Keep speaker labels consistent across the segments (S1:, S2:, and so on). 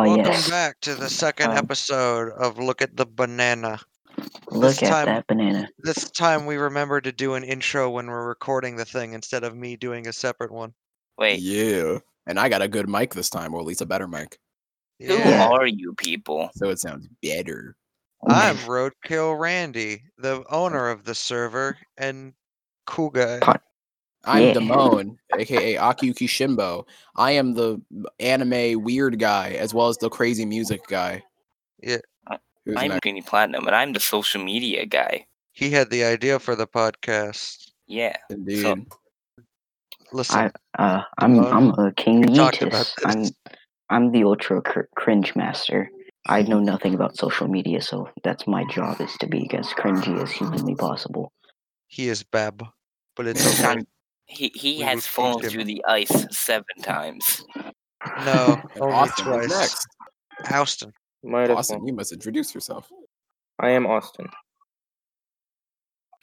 S1: Oh
S2: Welcome
S1: yes.
S2: back to the second
S1: Um,
S2: episode of Look at the Banana.
S1: Look at
S2: time-
S1: that banana.
S2: This time we remember to do an intro when we're recording the thing instead of me doing a separate one.
S3: Wait,
S4: Yeah. And I got a good mic this time, or at least a better mic.
S3: who
S2: Yeah.
S3: are you people?
S4: So it sounds better.
S1: Oh
S2: I'm Roadkill Randy, the owner of the server, and cool guy.
S1: Pod-
S4: I'm
S1: Yeah.
S4: Damone, aka Akyu Kishimbo. I am the anime weird guy, as well as the crazy music guy.
S2: Yeah.
S3: I-
S4: Who's
S3: I'm
S4: next?
S3: Greeny Platinum, and I'm the social media guy.
S2: He had the idea for the podcast.
S3: Yeah,
S4: Indeed.
S2: Listen,
S1: Uh, I'm I'm a king
S2: We talked about
S1: Yeetus. I'm I'm the ultra cr- cringe master. I know nothing about social media, so that's my job is to be as cringy as humanly possible.
S2: he is Bab, but it's okay.
S3: Son, he he
S2: We will
S3: has
S2: teach
S3: fallen
S2: him.
S3: through the ice seven times.
S2: No,
S4: And
S2: only
S4: Austin, who's
S2: twice.
S4: next?
S2: Houston.
S5: Might as well.
S4: Austin, you must introduce yourself.
S5: I am Austin.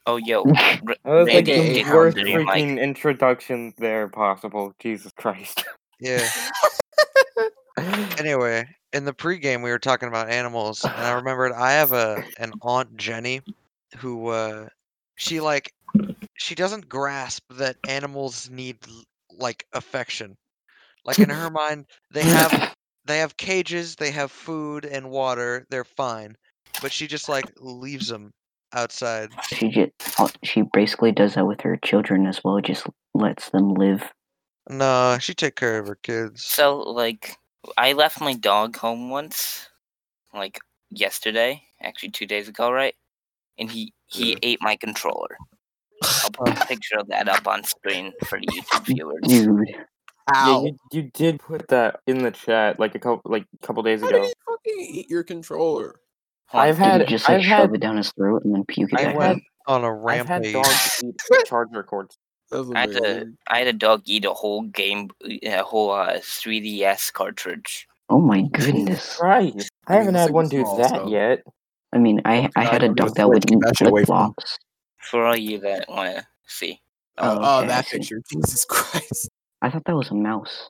S3: Oh yo, R-
S5: That was
S3: Randy,
S5: like
S4: Maybe
S5: the
S3: get
S4: it's
S5: worst
S3: onto your mic.
S5: freaking introduction there possible. Jesus Christ.
S2: Yeah. Anyway, in the pregame we were talking about animals, and I remembered I have a an aunt Jenny, who uh, she like she doesn't grasp that animals need l- like affection. Like in her mind, they have they have cages, they have food and water, they're fine. But she just like leaves them outside.
S1: She just she basically does that with her children as well. Just lets them live.
S2: No, she take care of her kids.
S3: So like, I left my dog home once, like yesterday, actually two days ago, right? And he he
S4: Yeah.
S3: ate my controller. I'll put a picture of that up on screen for the YouTube viewers.
S1: Dude,
S5: Yeah, you, you did put that in the chat like a couple like a couple days
S4: How did
S5: ago.
S4: you fucking eat your controller?
S5: I've
S1: did
S5: had
S1: you just like
S5: I've
S1: shove
S5: had
S1: it down his throat and then puke it
S5: I've
S1: back
S5: had
S1: up?
S2: On a
S5: I've had
S2: rampage.
S5: dogs eat charger cords.
S4: That was
S3: I had to-
S4: amazing.
S3: I had a dog eat a whole game, a whole uh, 3DS cartridge.
S1: Oh my
S5: Jesus
S1: goodness!
S5: Christ. I
S4: mean,
S5: haven't
S4: this
S5: had
S4: thing
S5: one
S4: is
S5: do
S4: small,
S5: that
S4: so-
S5: yet.
S1: I mean, I I had a
S4: I'm
S1: dog
S4: just
S1: that would
S4: switching
S1: eat
S4: that shit away
S1: flip
S4: from him.
S1: flops.
S3: For all you that want to see,
S4: Oh,
S1: Oh,
S4: oh,
S1: okay, I
S4: that
S1: see.
S4: picture. Jesus Christ.
S1: I thought that was a mouse.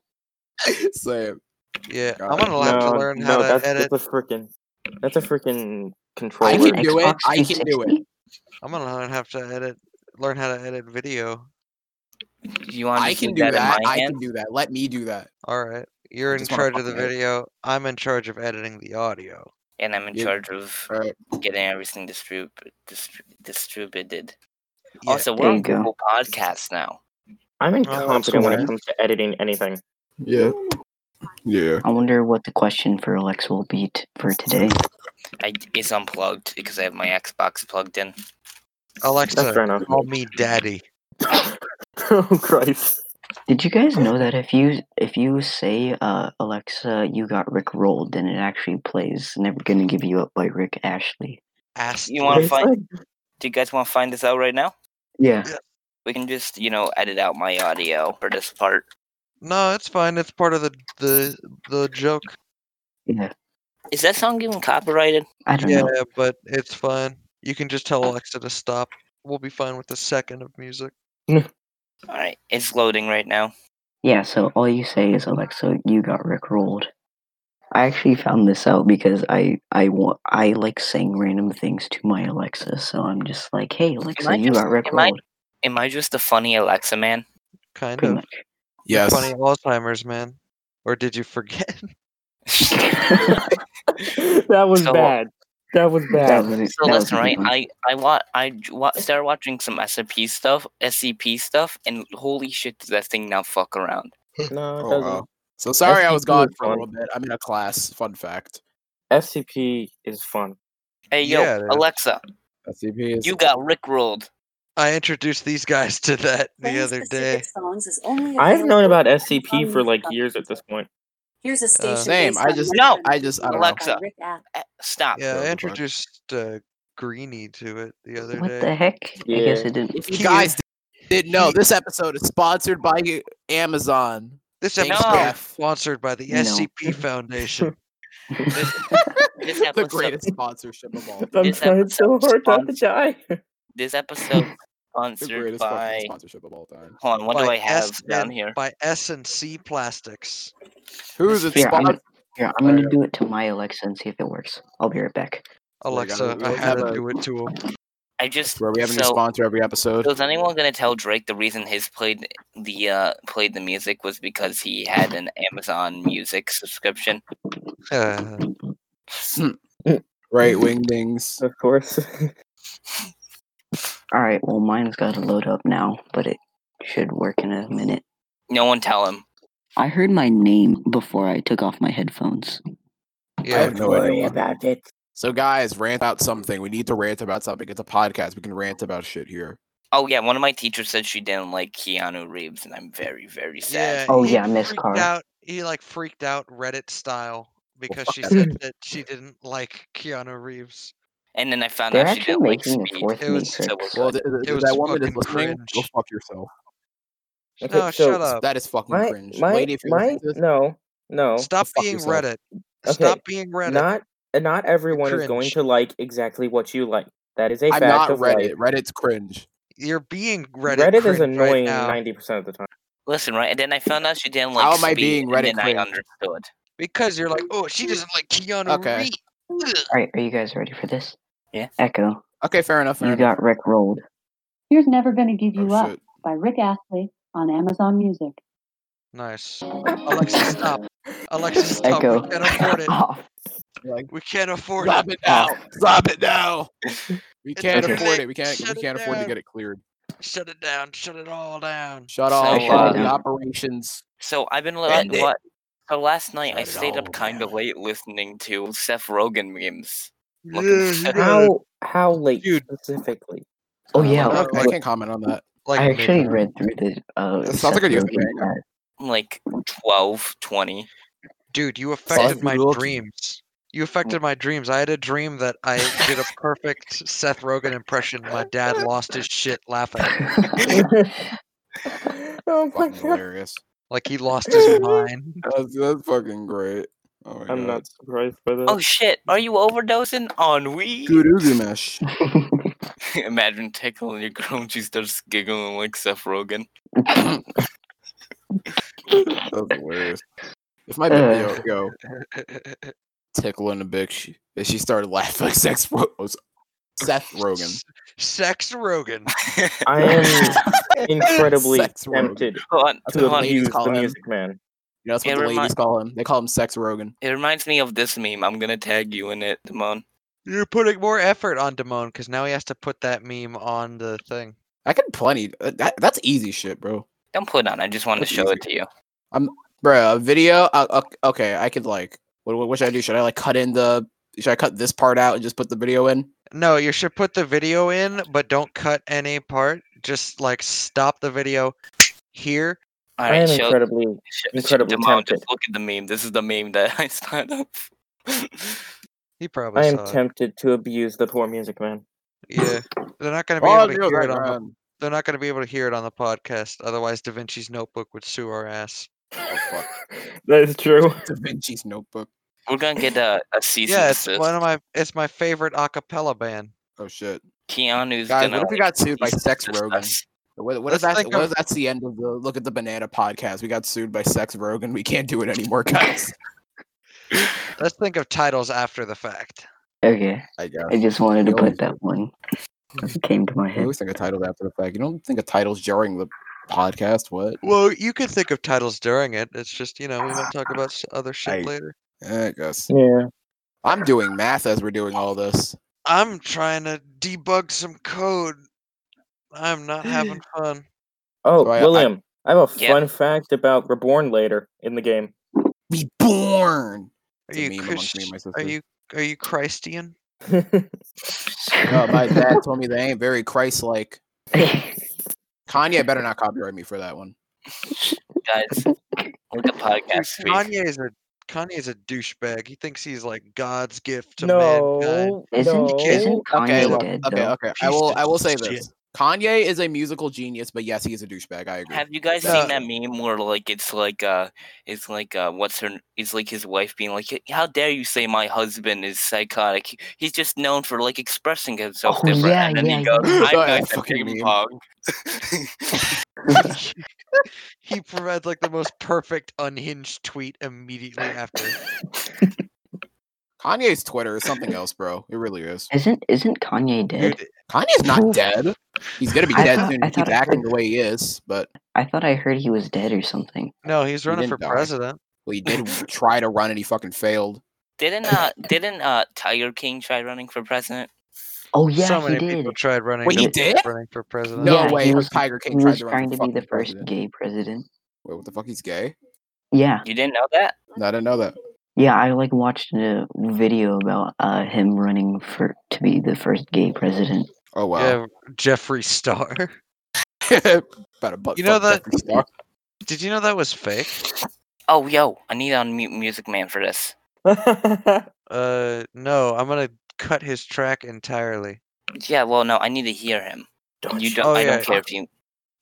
S4: Sam.
S2: Yeah, I'm
S4: God.
S2: gonna have to learn how
S5: no,
S2: to
S5: that's,
S2: edit.
S5: that's a freaking that's a freaking
S4: I
S1: Over
S5: controller.
S4: can do it.
S1: Xbox
S4: I can do it.
S1: 360?
S2: I'm gonna learn have to edit. Learn how to edit video.
S3: you want
S4: I
S3: to
S4: can
S3: see
S4: do
S3: that,
S4: that.
S3: in my
S4: I
S3: hand?
S4: can do that. Let me do that.
S2: All right, you're in
S4: just wanna
S2: charge of the
S4: fucking edit.
S2: video. I'm in charge of editing the audio.
S3: and I'm in
S4: Yeah.
S3: charge of
S4: All right.
S3: getting everything distrib- distri- distributed.
S2: Yeah.
S3: Also,
S1: There
S3: we're on
S1: you go.
S3: Google Podcasts now.
S5: I'm
S2: Oh, that's
S5: incompetent when
S4: cool.
S5: it comes to editing anything.
S4: Yeah. Yeah.
S1: I wonder what the question for Alexa will be t- for today.
S3: I, it's unplugged because I have my Xbox plugged in.
S5: That's
S2: Alexa,
S5: fair enough.
S2: call me daddy.
S5: oh Christ.
S1: Did you guys know that if you if you say uh, Alexa, you got Rick rolled, then it actually plays "Never Gonna Give You Up" by Rick Ashley.
S2: Ask
S3: You wanna
S2: me.
S3: find- Do you guys want to find this out right now?
S1: Yeah,
S3: We can just, you know, edit out my audio for this part.
S2: No, it's fine. It's part of the the the joke.
S1: yeah.
S3: Is that song even copyrighted?
S1: I don't
S2: Yeah,
S1: know.
S2: but it's fine. You can just tell Alexa to stop. We'll be fine with a second of music.
S3: All right, it's loading right now.
S1: Yeah, so all you say is Alexa, you got Rick rolled. I actually found this out because I I want I like saying random things to my Alexa, so I'm just like, hey Alexa,
S3: I
S1: you
S3: just-
S1: got Rick
S3: am I-
S1: rolled.
S3: Am I just a funny Alexa man?
S2: Kind
S1: Pretty
S2: of.
S1: much.
S4: Yes.
S2: Funny Alzheimer's, man. Or did you forget?
S5: that was
S3: So-
S5: bad. That was
S1: That
S5: bad.
S1: was, that
S3: So
S1: was a
S3: listen,
S1: good
S3: right?
S1: one.
S3: I I wa- I j- wa- started watching some SCP stuff, SCP stuff, and holy shit, does that thing now fuck around?
S5: No, it
S4: Oh,
S5: doesn't.
S4: wow. So sorry I was
S5: SCP
S4: gone
S5: is
S4: for a
S5: fun.
S4: little bit. I'm in a class. Fun fact.
S5: SCP is fun.
S3: Hey yo,
S2: Yeah, it is.
S3: Alexa,
S4: SCP is
S3: you got rickrolled.
S2: I introduced these guys to that the
S6: Playing
S2: other
S6: specific
S2: day.
S6: songs is only
S5: I've
S6: available
S5: known about
S6: on
S5: SCP for like years at this point.
S6: Here's a station.
S4: Same,
S6: based
S4: I
S6: on
S4: just-
S6: Rick
S4: No, I just- I don't know.
S6: by
S3: Alexa.
S6: Rick Astley.
S3: Eh, Stop.
S2: Yeah,
S4: That was
S2: I
S4: fun.
S2: introduced uh, Greeny to it the other
S1: What
S2: day.
S1: the heck? I guess
S5: Yeah.
S1: it didn't.
S4: If you guys didn't know,
S2: Here.
S4: this episode is sponsored by Amazon.
S2: This
S4: Thanks,
S2: episode
S3: No.
S2: is sponsored by the
S1: No.
S2: SCP Foundation.
S3: This
S4: the
S3: episode,
S4: greatest sponsorship of all.
S5: I'm
S3: This
S5: trying so
S3: episode's
S5: hard not to
S3: sponsored-
S5: die.
S3: this episode
S4: The
S3: sponsored
S4: greatest fucking
S3: by.
S4: sponsorship of all time.
S3: Hold on, what
S2: by
S3: do I have
S2: S
S3: down
S2: and-
S3: here?
S2: By S and C Plastics.
S4: Who's it
S1: Yeah, I'm-
S4: sponsored?
S1: Here, I'm
S4: There
S1: gonna
S4: you
S1: do it to my Alexa and see if it works. I'll be right back.
S4: Like, I
S2: Alexa,
S4: don't
S2: I
S4: really
S2: had
S4: have
S2: to
S4: a-
S2: do it to him.
S3: I just
S4: Where we have a new
S3: so-
S4: sponsor every episode.
S3: So is anyone gonna tell Drake the reason his played the uh played the music was because he had an Amazon Music subscription?
S2: Uh,
S4: Right wing things.
S5: Of course.
S1: All right. Well, mine's got to load up now, but it should work in a minute.
S3: No one tell him.
S1: I heard my name before I took off my headphones.
S4: I
S2: yeah.
S4: have no idea.
S7: about it.
S4: So guys, rant about something. We need to rant about something. It's a podcast. We can rant about shit here.
S3: Oh yeah, one of my teachers said she didn't like Keanu Reeves, and I'm very very sad.
S2: yeah
S1: Oh,
S2: he
S1: yeah, Miss
S2: freaked
S1: Carr.
S2: Out, he like freaked out Reddit style because she
S4: fuck
S2: said that she didn't like Keanu Reeves.
S3: And then I found
S1: They're
S3: out
S1: actually
S3: she didn't like
S1: making a
S3: Speed.
S1: fourth
S2: It was-
S1: Matrix.
S3: So we're
S4: Well,
S3: good.
S4: th- th-
S2: It was
S4: that woman is
S2: fucking
S4: listening. Go
S2: cringe.
S4: fuck yourself.
S5: Okay,
S2: no,
S5: so
S2: shut
S3: Uh,
S2: up.
S4: That is fucking
S5: my
S4: cringe.
S5: my
S4: Lady, if you're
S5: my
S4: listening to this,
S5: no no
S2: Stop
S4: fuck
S2: being
S4: yourself.
S2: Reddit.
S5: Okay,
S2: Stop being Reddit.
S5: not uh, not everyone is going
S2: cringe.
S5: to like exactly what you like. That is a
S4: I'm
S5: fact
S4: not
S5: of
S4: Reddit.
S5: life.
S4: Reddit's cringe.
S2: You're being Reddit.
S5: Reddit,
S2: cringe
S5: is
S2: Right
S5: annoying
S2: now
S5: ninety percent of the time.
S3: Listen, right? And then I found out she didn't like
S4: How am
S3: Speed,
S4: I being Reddit
S3: and then I
S4: cringe?
S3: understood.
S2: because you're like, oh, she doesn't like Keanu
S4: Okay.
S2: Reeves.
S1: All right. Are you guys ready for this?
S3: Yeah.
S1: Echo,
S4: Okay, fair enough. Fair
S1: you
S4: enough.
S1: got Rick rolled.
S8: Here's Never Gonna Give You
S4: oh,
S8: Up
S4: shit.
S8: by Rick Astley on Amazon Music.
S2: Nice. Alexa, stop. Alexa, stop.
S1: Echo.
S2: We can't afford it.
S1: Off.
S4: Like,
S2: We can't afford
S4: stop
S2: it.
S4: it now. Stop it now. We
S2: It's
S4: can't
S1: okay.
S4: afford it. We can't.
S2: Shut
S4: we
S2: it
S4: can't afford to
S2: down.
S4: get it cleared.
S2: Shut it down. Shut it all down.
S4: Shut
S3: So,
S4: all
S1: Shut it
S4: uh, the
S1: down.
S4: operations.
S3: So I've been
S4: End
S3: li-
S4: it.
S3: what? So last night I
S4: Shut it
S3: stayed
S4: all
S3: up kind of
S4: down.
S3: late listening to Seth Rogen memes.
S2: Yeah,
S3: Looking
S2: you
S3: sick.
S2: gotta,
S5: How how late
S2: Dude.
S5: specifically?
S1: Oh
S4: Uh,
S1: yeah.
S4: I'm not-
S1: look,
S4: I
S1: look,
S4: can't comment on that.
S2: like
S1: I actually
S2: midnight.
S1: read through the. Uh,
S4: That sounds like
S1: Seth
S4: a user
S1: Rogen
S4: manual.
S1: ad.
S3: Like 12, 20.
S2: Dude, you
S4: Fuck
S2: affected my
S4: Loki.
S2: dreams. You affected my dreams. I had a dream that I did a perfect Seth Rogen impression. My dad lost his shit laughing.
S5: oh my
S4: Fucking
S5: god!
S4: hilarious.
S2: Like he lost his mind.
S4: That's, that's fucking great. Oh my
S5: I'm
S4: god.
S5: not surprised by that.
S3: Oh shit! Are you overdosing on weed?
S4: Kuduzu mesh.
S3: Imagine tickling your girl and she starts giggling like Seth Rogen.
S4: That's hilarious. If
S1: Uh.
S4: my video go tickling a bitch, and she started laughing like sex was Seth Rogen.
S2: S- Sex Rogan.
S5: I am incredibly
S4: Sex Rogen.
S5: tempted
S3: Hold
S4: That's
S5: to
S4: what the
S3: on.
S4: ladies
S5: abuse
S4: call
S5: the
S4: him.
S5: Music Man.
S4: You know, that's what
S3: It
S4: the
S3: remi-
S4: ladies call him. They call him Sex Rogan.
S3: It reminds me of this meme. I'm gonna tag you in it, Damon.
S2: You're putting more effort on Damone because now he has to put that meme on the thing.
S4: I can plenty. uh, That, that's easy shit, bro.
S3: Don't put it on. I just wanted to
S4: That's
S3: show it to you.
S4: Bro, a video. Uh, uh, okay, I could like. What, what should I do? Should I like cut in the? Should I cut this part out and just put the video in?
S2: No, you should put the video in, but don't cut any part. Just like stop the video here.
S3: All
S5: I
S3: right,
S5: am
S3: show,
S5: incredibly
S3: show,
S5: incredibly
S3: Damon, just
S5: tempted.
S3: look at the meme. This is the meme that I signed up. for.
S2: He probably
S5: I am
S2: saw it.
S5: tempted to abuse the poor Music Man.
S2: Yeah, they're not gonna be
S4: Oh,
S2: able to
S4: you're
S2: hear
S4: right,
S2: it on. The,
S4: man.
S2: they're not gonna be able to hear it on the podcast. Otherwise, Da Vinci's Notebook would sue our ass.
S4: Oh, fuck.
S5: That is true.
S4: Da Vinci's Notebook.
S3: We're gonna get a, a cease
S2: Yeah,
S3: and
S2: it's
S3: desist.
S2: one of my. It's my favorite a cappella band.
S4: Oh shit,
S3: Keanu's
S4: guys!
S3: gonna.
S4: What if we
S3: like,
S4: got sued by
S3: cease and
S4: Sex
S3: desist
S4: Rogan?
S3: us.
S4: What, what
S2: Let's
S4: if that's
S2: think
S4: what
S2: of-
S4: if that's the end of the look at the banana podcast? We got sued by Sex Rogan. We can't do it anymore, guys.
S2: Let's think of titles after the fact.
S1: okay.
S4: I guess.
S1: I just wanted to
S4: We always
S1: put that one. It came to my
S4: I
S1: head.
S4: always think of titles after the fact. You don't think of titles during the podcast? What?
S2: Well, you could think of titles during it. It's just you know we might talk about s- other shit
S4: I-
S2: later.
S4: I guess
S5: Yeah.
S4: I'm doing math as we're doing all this.
S2: I'm trying to debug some code. I'm not having fun.
S5: Oh,
S4: So I- I-
S5: William, I, have a
S3: Yeah.
S5: fun fact about Reborn later in the game.
S4: We born.
S2: Are
S4: It's a
S2: you
S4: meme amongst me
S2: Christ-
S4: and my
S2: Are
S4: sister.
S2: you are you Christian?
S4: No, my dad told me they ain't very Christ-like. Kanye better not copyright me for that one.
S3: guys. Look at
S2: Dude,
S3: podcast tweet.
S2: Kanye's a Kanye's a douchebag. He thinks he's like God's gift to mankind.
S5: no,
S1: Isn't-
S5: no.
S1: isn't
S4: Okay,
S1: Kanye
S4: look,
S1: dead,
S4: okay,
S1: though.
S4: okay. I
S2: Piece
S4: will.
S2: of
S4: I will say
S2: shit.
S4: this: Kanye is a musical genius, but yes, he is a douchebag. I agree.
S3: Have you guys
S2: Uh,
S3: seen that meme where like it's like uh it's like uh what's her it's like his wife being like how dare you say my husband is psychotic He- he's just known for like expressing himself
S1: Oh,
S3: different
S1: yeah,
S3: and then
S1: yeah,
S3: he goes
S4: yeah.
S3: I'm
S4: Oh, yeah,
S3: nice at ping
S4: fucking meme.
S3: pong
S2: he provides like the most perfect unhinged tweet immediately after.
S4: Kanye's Twitter is something else, bro. It really is.
S1: Isn't isn't Kanye dead?
S2: Dude,
S4: Kanye's not dead. He's gonna be
S1: I
S4: dead
S1: thought-
S4: soon.
S1: I
S4: if He
S1: thought
S4: keeps
S1: I
S4: acting
S1: heard-
S4: the way he is, but
S1: I thought I heard he was dead or something.
S2: no, he's
S4: He
S2: running
S4: didn't
S2: for
S4: die.
S2: president.
S4: well, he did try to run and he fucking failed.
S3: Didn't uh didn't uh Tiger King try running for president?
S1: Oh yeah,
S2: so
S1: he
S2: many
S1: did.
S2: people tried running.
S4: Wait,
S2: for-
S4: he did?
S2: running for president.
S4: No
S1: Yeah,
S4: way.
S1: he
S4: her
S1: was-
S4: Tiger
S1: He
S4: King tried
S1: was
S4: to run
S1: trying
S4: for
S1: to be the
S4: fucking
S1: first
S4: president.
S1: gay president.
S4: Wait, what the fuck? He's gay?
S1: Yeah,
S3: You didn't know that?
S4: No, I didn't know that.
S1: yeah. I like watched a video about uh, him running for to be the first gay president.
S4: Oh wow.
S2: Yeah, Jeffree Star.
S4: About a butt.
S2: You know that-
S4: fuck Jeffree Star.
S2: Did you know that was fake?
S3: Oh yo, I need to unmute Music Man for this.
S2: Uh, no, I'm gonna cut his track entirely.
S3: Yeah, well no, I need to hear him. you don't
S2: Oh,
S3: I
S2: yeah.
S3: don't care if you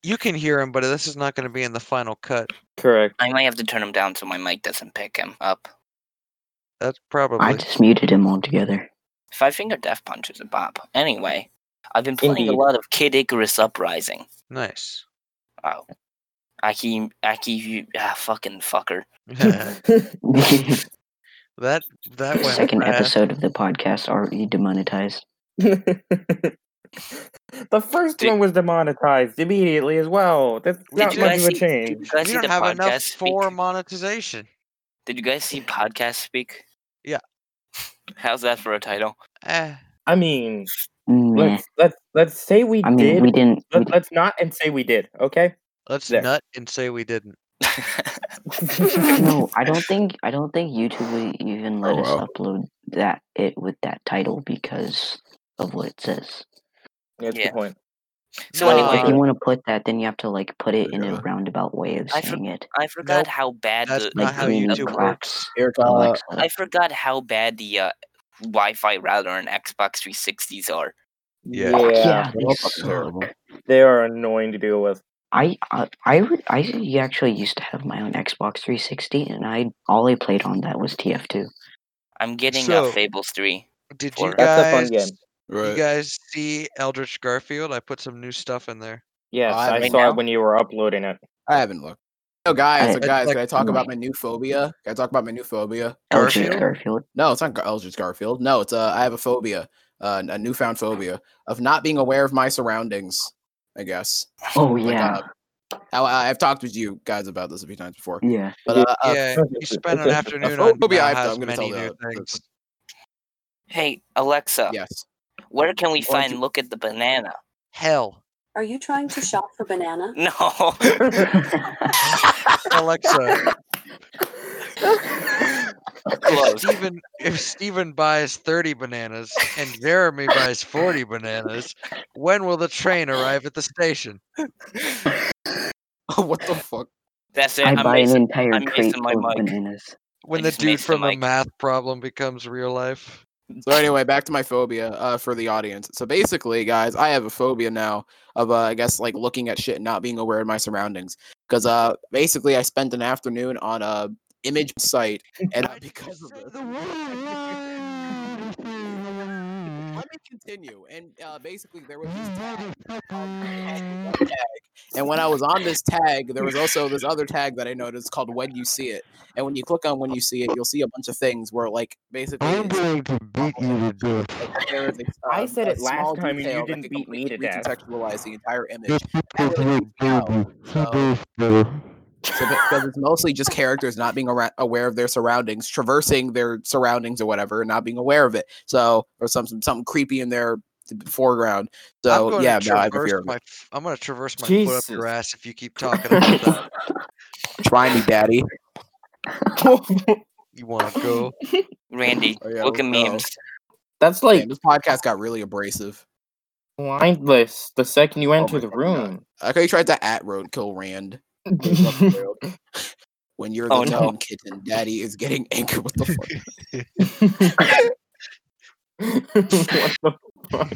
S2: You can hear him, but this is not gonna be in the final cut.
S5: Correct.
S3: I might have to turn him down so my mic doesn't pick him up.
S2: That's probably.
S1: I just muted him altogether.
S3: Five Finger Death Punch is a bop. Anyway, I've been playing a
S5: Indeed.
S3: lot of Kid Icarus Uprising.
S2: Nice.
S3: Oh. Aki Aki you ah fucking fucker.
S2: that that
S1: The
S2: went
S1: second
S2: fast.
S1: episode of the podcast already demonetized.
S5: the first
S3: Did-
S5: one was demonetized immediately as well. That's not
S3: you
S5: much
S3: guys
S5: of a
S3: see-
S5: change.
S3: You guys
S2: We
S3: see
S2: don't
S3: the
S2: have enough
S3: podcast speak?
S2: for monetization.
S3: Did you guys see podcast speak?
S2: Yeah.
S3: How's that for a title?
S2: Eh,
S5: I mean,
S1: Meh.
S5: let's let's let's say we
S1: Hmm. Mm, I mean,
S5: did.
S1: we didn't. we
S5: Let, let's not and say we did. Okay.
S2: let's
S5: There.
S2: nut and say we didn't.
S1: didn't- no, I don't think. I don't think YouTube would even let
S4: Oh,
S1: us
S4: wow.
S1: upload that it with that title because of what it says.
S5: That's
S3: Yeah.
S5: the point.
S3: So
S2: Nah.
S1: If
S3: anyway,
S1: you want to put that, then you have to like put it in
S4: Yeah.
S1: a roundabout way of
S3: I for-
S1: saying it,
S3: I forgot
S2: Nope,
S3: how bad
S2: that's
S3: the
S2: not
S1: like
S2: how
S1: clean up
S2: YouTube works.
S1: claps.
S4: Eric, uh,
S1: Alexa.
S3: I forgot how bad the uh, Wi-Fi router and Xbox 360s are.
S2: Yeah.
S1: Fuck yeah,
S4: they're
S1: they
S4: all fucking terrible.
S1: suck.
S5: They are annoying to deal with.
S1: I I I, re- I u- actually used to have my own Xbox 360, and I all I played on that was TF2.
S3: I'm getting uh,
S2: So-
S3: Fables 3.
S2: Did you
S3: Four.
S5: That's a fun
S2: guys?
S5: game.
S4: Right.
S2: You guys see Eldritch Garfield? I put some new stuff in there.
S5: Yes,
S4: Uh,
S5: I
S4: right
S5: saw
S3: now?
S5: it when you were uploading it.
S4: I haven't looked. Oh, guys,
S1: I-
S4: so guys,
S2: like-
S4: can I talk about my new phobia? Can I talk about my new phobia?
S1: Eldritch
S2: Garfield?
S1: Garfield.
S4: No, it's not Gar- Eldridge Garfield. No, it's uh, I have a phobia, uh, a newfound phobia of not being aware of my surroundings. I guess.
S1: Oh
S4: Like,
S1: yeah,
S4: uh, how- I, I've talked with you guys about this a few times before,
S1: Mm, yeah.
S4: but uh, uh,
S2: yeah, you
S5: it's a-
S2: spent
S5: it's
S2: an
S5: a- a
S2: afternoon on
S4: phobia
S2: uh,
S4: I've done,
S2: has
S4: I'm gonna
S2: many
S4: tell
S2: new
S4: the- the-
S2: things.
S3: Hey Alexa,
S4: uh, yes,
S3: where can we
S4: Why don't
S3: find
S4: you-
S3: Look at the Banana?
S2: Hell,
S6: Are you trying to shop for banana?
S3: No,
S2: Alexa, if
S3: Close.
S2: Steven, if Steven buys 30 bananas and Jeremy buys 40 bananas, when will the train arrive at the station?
S4: what the fuck?
S3: that's it.
S1: I
S3: I'm
S1: buy an
S3: basing,
S1: entire
S3: I'm
S1: crate
S3: basing my
S1: full of
S3: mic.
S1: bananas.
S2: When
S3: I
S2: the
S3: just
S2: dude
S3: mixed the
S2: from the
S3: mic.
S2: math problem becomes real life.
S4: So anyway, back to my phobia uh, for the audience. So basically, guys, I have a phobia now of uh, I guess like looking at shit and not being aware of my surroundings because uh, basically I spent an afternoon on a image site and uh, because of this.
S2: Mm.
S4: Let me continue. And uh, basically, there was this tag, um, tag, and when I was on this tag, there was also this other tag that I noticed called "When You See It." And when you click on "When You See It," you'll see a bunch of things where, like, basically, it's-
S2: to beat you to death.
S4: like, there is a,
S5: I
S4: um,
S5: said
S4: a
S5: it last
S4: small
S5: time and you
S4: detail that
S5: didn't
S4: could
S5: beat
S4: completely
S5: me to death.
S4: recontextualize the entire image. That really creeped me out. So- So because it's mostly just characters not being ara- aware of their surroundings, traversing their surroundings or whatever, and not being aware of it. So or some some- something creepy in their foreground.
S2: I'm
S4: So
S2: going
S4: yeah,
S2: to
S4: no, I have a
S2: traverse
S4: fear of
S2: my,
S4: it.
S2: f- I'm going to traverse my foot up your
S5: Jesus.
S2: ass if you keep talking about that.
S4: Try me, daddy.
S2: You want to go?
S3: Randy,
S4: Oh, yeah,
S3: look at
S4: let's go.
S3: memes.
S5: That's
S4: Man,
S5: like
S4: this podcast got really abrasive.
S5: blindless the second
S3: Oh
S5: you enter
S4: my
S5: the
S4: fucking God.
S5: room.
S4: Like how you tried to at roadkill Rand when you're the
S3: Oh, no.
S4: dumb kitten. Daddy is getting angry. What the fuck?
S5: what the fuck?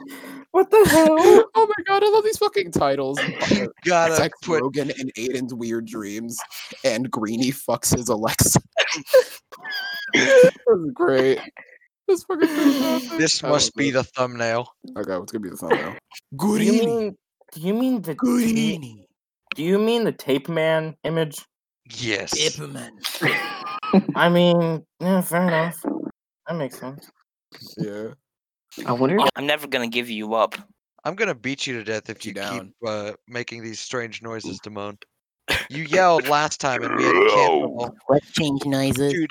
S5: what the hell?
S4: oh my god, I love these fucking titles.
S2: You gotta
S4: Sex
S2: put
S4: Rogan and Aiden's weird dreams, and Greeny fucks his Alexa. That's great. That's fucking fantastic.
S2: this
S4: I love
S2: must be
S4: this.
S2: the thumbnail.
S4: okay. What's gonna be the thumbnail?
S5: Do you mean do you mean the
S4: Greeny.
S5: Do you mean the tape man image?
S2: Yes.
S5: I mean, yeah, fair enough. That makes sense.
S4: Yeah.
S1: I wonder.
S3: I'm never gonna give you up.
S2: I'm gonna beat you to death if you
S4: you down.
S2: keep uh, making these strange noises, Damone. You yelled last time and we had canceled.
S4: Let's change noises.
S2: Dude,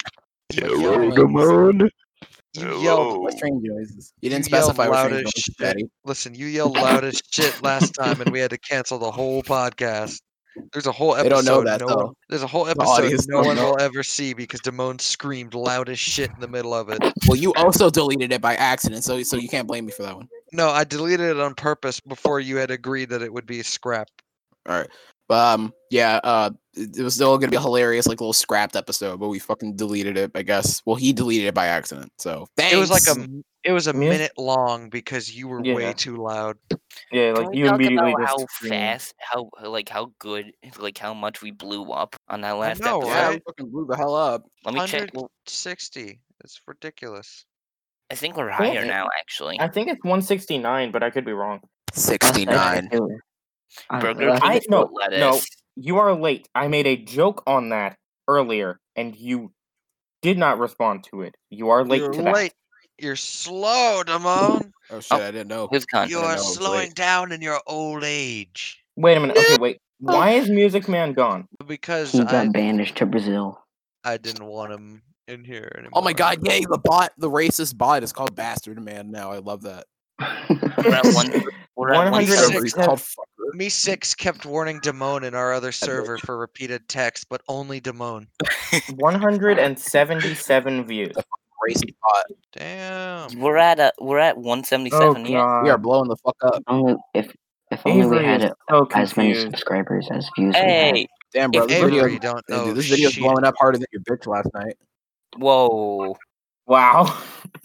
S2: you
S4: Hello,
S2: yelled,
S7: Damone.
S2: you yelled
S4: Let's change noises. You didn't
S2: You yelled
S4: specify
S2: loud as
S4: what change noises,
S2: shit.
S4: Daddy.
S2: listen, you yelled loud as shit last time and we had to cancel the whole podcast. There's a whole
S4: They
S2: episode
S4: don't know that,
S2: no
S4: though.
S2: one, there's a whole episode
S4: audience
S2: no
S4: don't
S2: one
S4: know.
S2: will ever see because Damone screamed loud as shit in the middle of it.
S4: Well, you also deleted it by accident, so so you can't blame me for that one.
S2: No, I deleted it on purpose before you had agreed that it would be scrapped.
S4: All right. But, um, yeah, uh, it it was still gonna be a hilarious, like, little scrapped episode, but we fucking deleted it, I guess. Well, he deleted it by accident, so thanks.
S2: It was like a m- it was a
S5: Yeah.
S2: minute long because you were way
S5: Yeah.
S2: too loud.
S5: Yeah,
S3: Can
S5: like
S3: we
S5: you
S3: talk
S5: immediately
S3: about
S5: just
S3: how
S5: scream.
S3: fast, how like how good, like how much we blew up on that last
S2: know,
S3: episode.
S4: yeah,
S2: right?
S4: we fucking blew the hell up.
S3: Let me
S2: 100
S3: check. Well,
S2: 60. It's ridiculous.
S3: I think we're higher
S5: it-
S3: now, actually.
S5: I think it's 169, but I could be wrong.
S1: That's
S4: 69.
S1: actually- I-
S3: Burger
S1: that's-
S3: King
S5: I-
S3: is
S5: no,
S3: with lettuce.
S5: no. You are late. I made a joke on that earlier, and you did not respond to it. You are late
S2: You're
S5: to that.
S2: late. You're slow, Damone.
S4: Oh, shit, I didn't know.
S3: Who's gone?
S2: You
S4: I
S2: are
S4: know, I was
S2: slowing
S4: late.
S2: down in your old age.
S5: Wait a minute. Okay, wait. Why is Music Man gone?
S2: Because
S1: he
S2: I,
S1: got banished to Brazil.
S2: I didn't want him in here anymore.
S4: Oh my god, yay, the bot, the racist bot is called Bastard Man now. I love that.
S3: We're at one. We're at one.
S5: 106.
S4: Whatever he's called fucker.
S2: Me six kept warning Damone in our other server for repeated text, but only Damone.
S5: 177 views.
S4: Racist bot.
S2: Damn.
S3: We're at a. We're at one seventy
S5: Oh,
S3: seven. yeah.
S4: We are blowing the fuck up.
S1: Only if if only we
S5: Avery
S1: had
S5: is
S1: a,
S5: so
S1: as many
S5: confused.
S1: subscribers as views we
S3: Hey,
S1: had.
S4: Damn,
S3: If
S4: bro. This video,
S2: Avery don't
S4: Hey,
S2: know
S4: dude, this video's
S2: shit.
S4: blowing up harder than your bitch last night.
S3: whoa!
S5: Wow.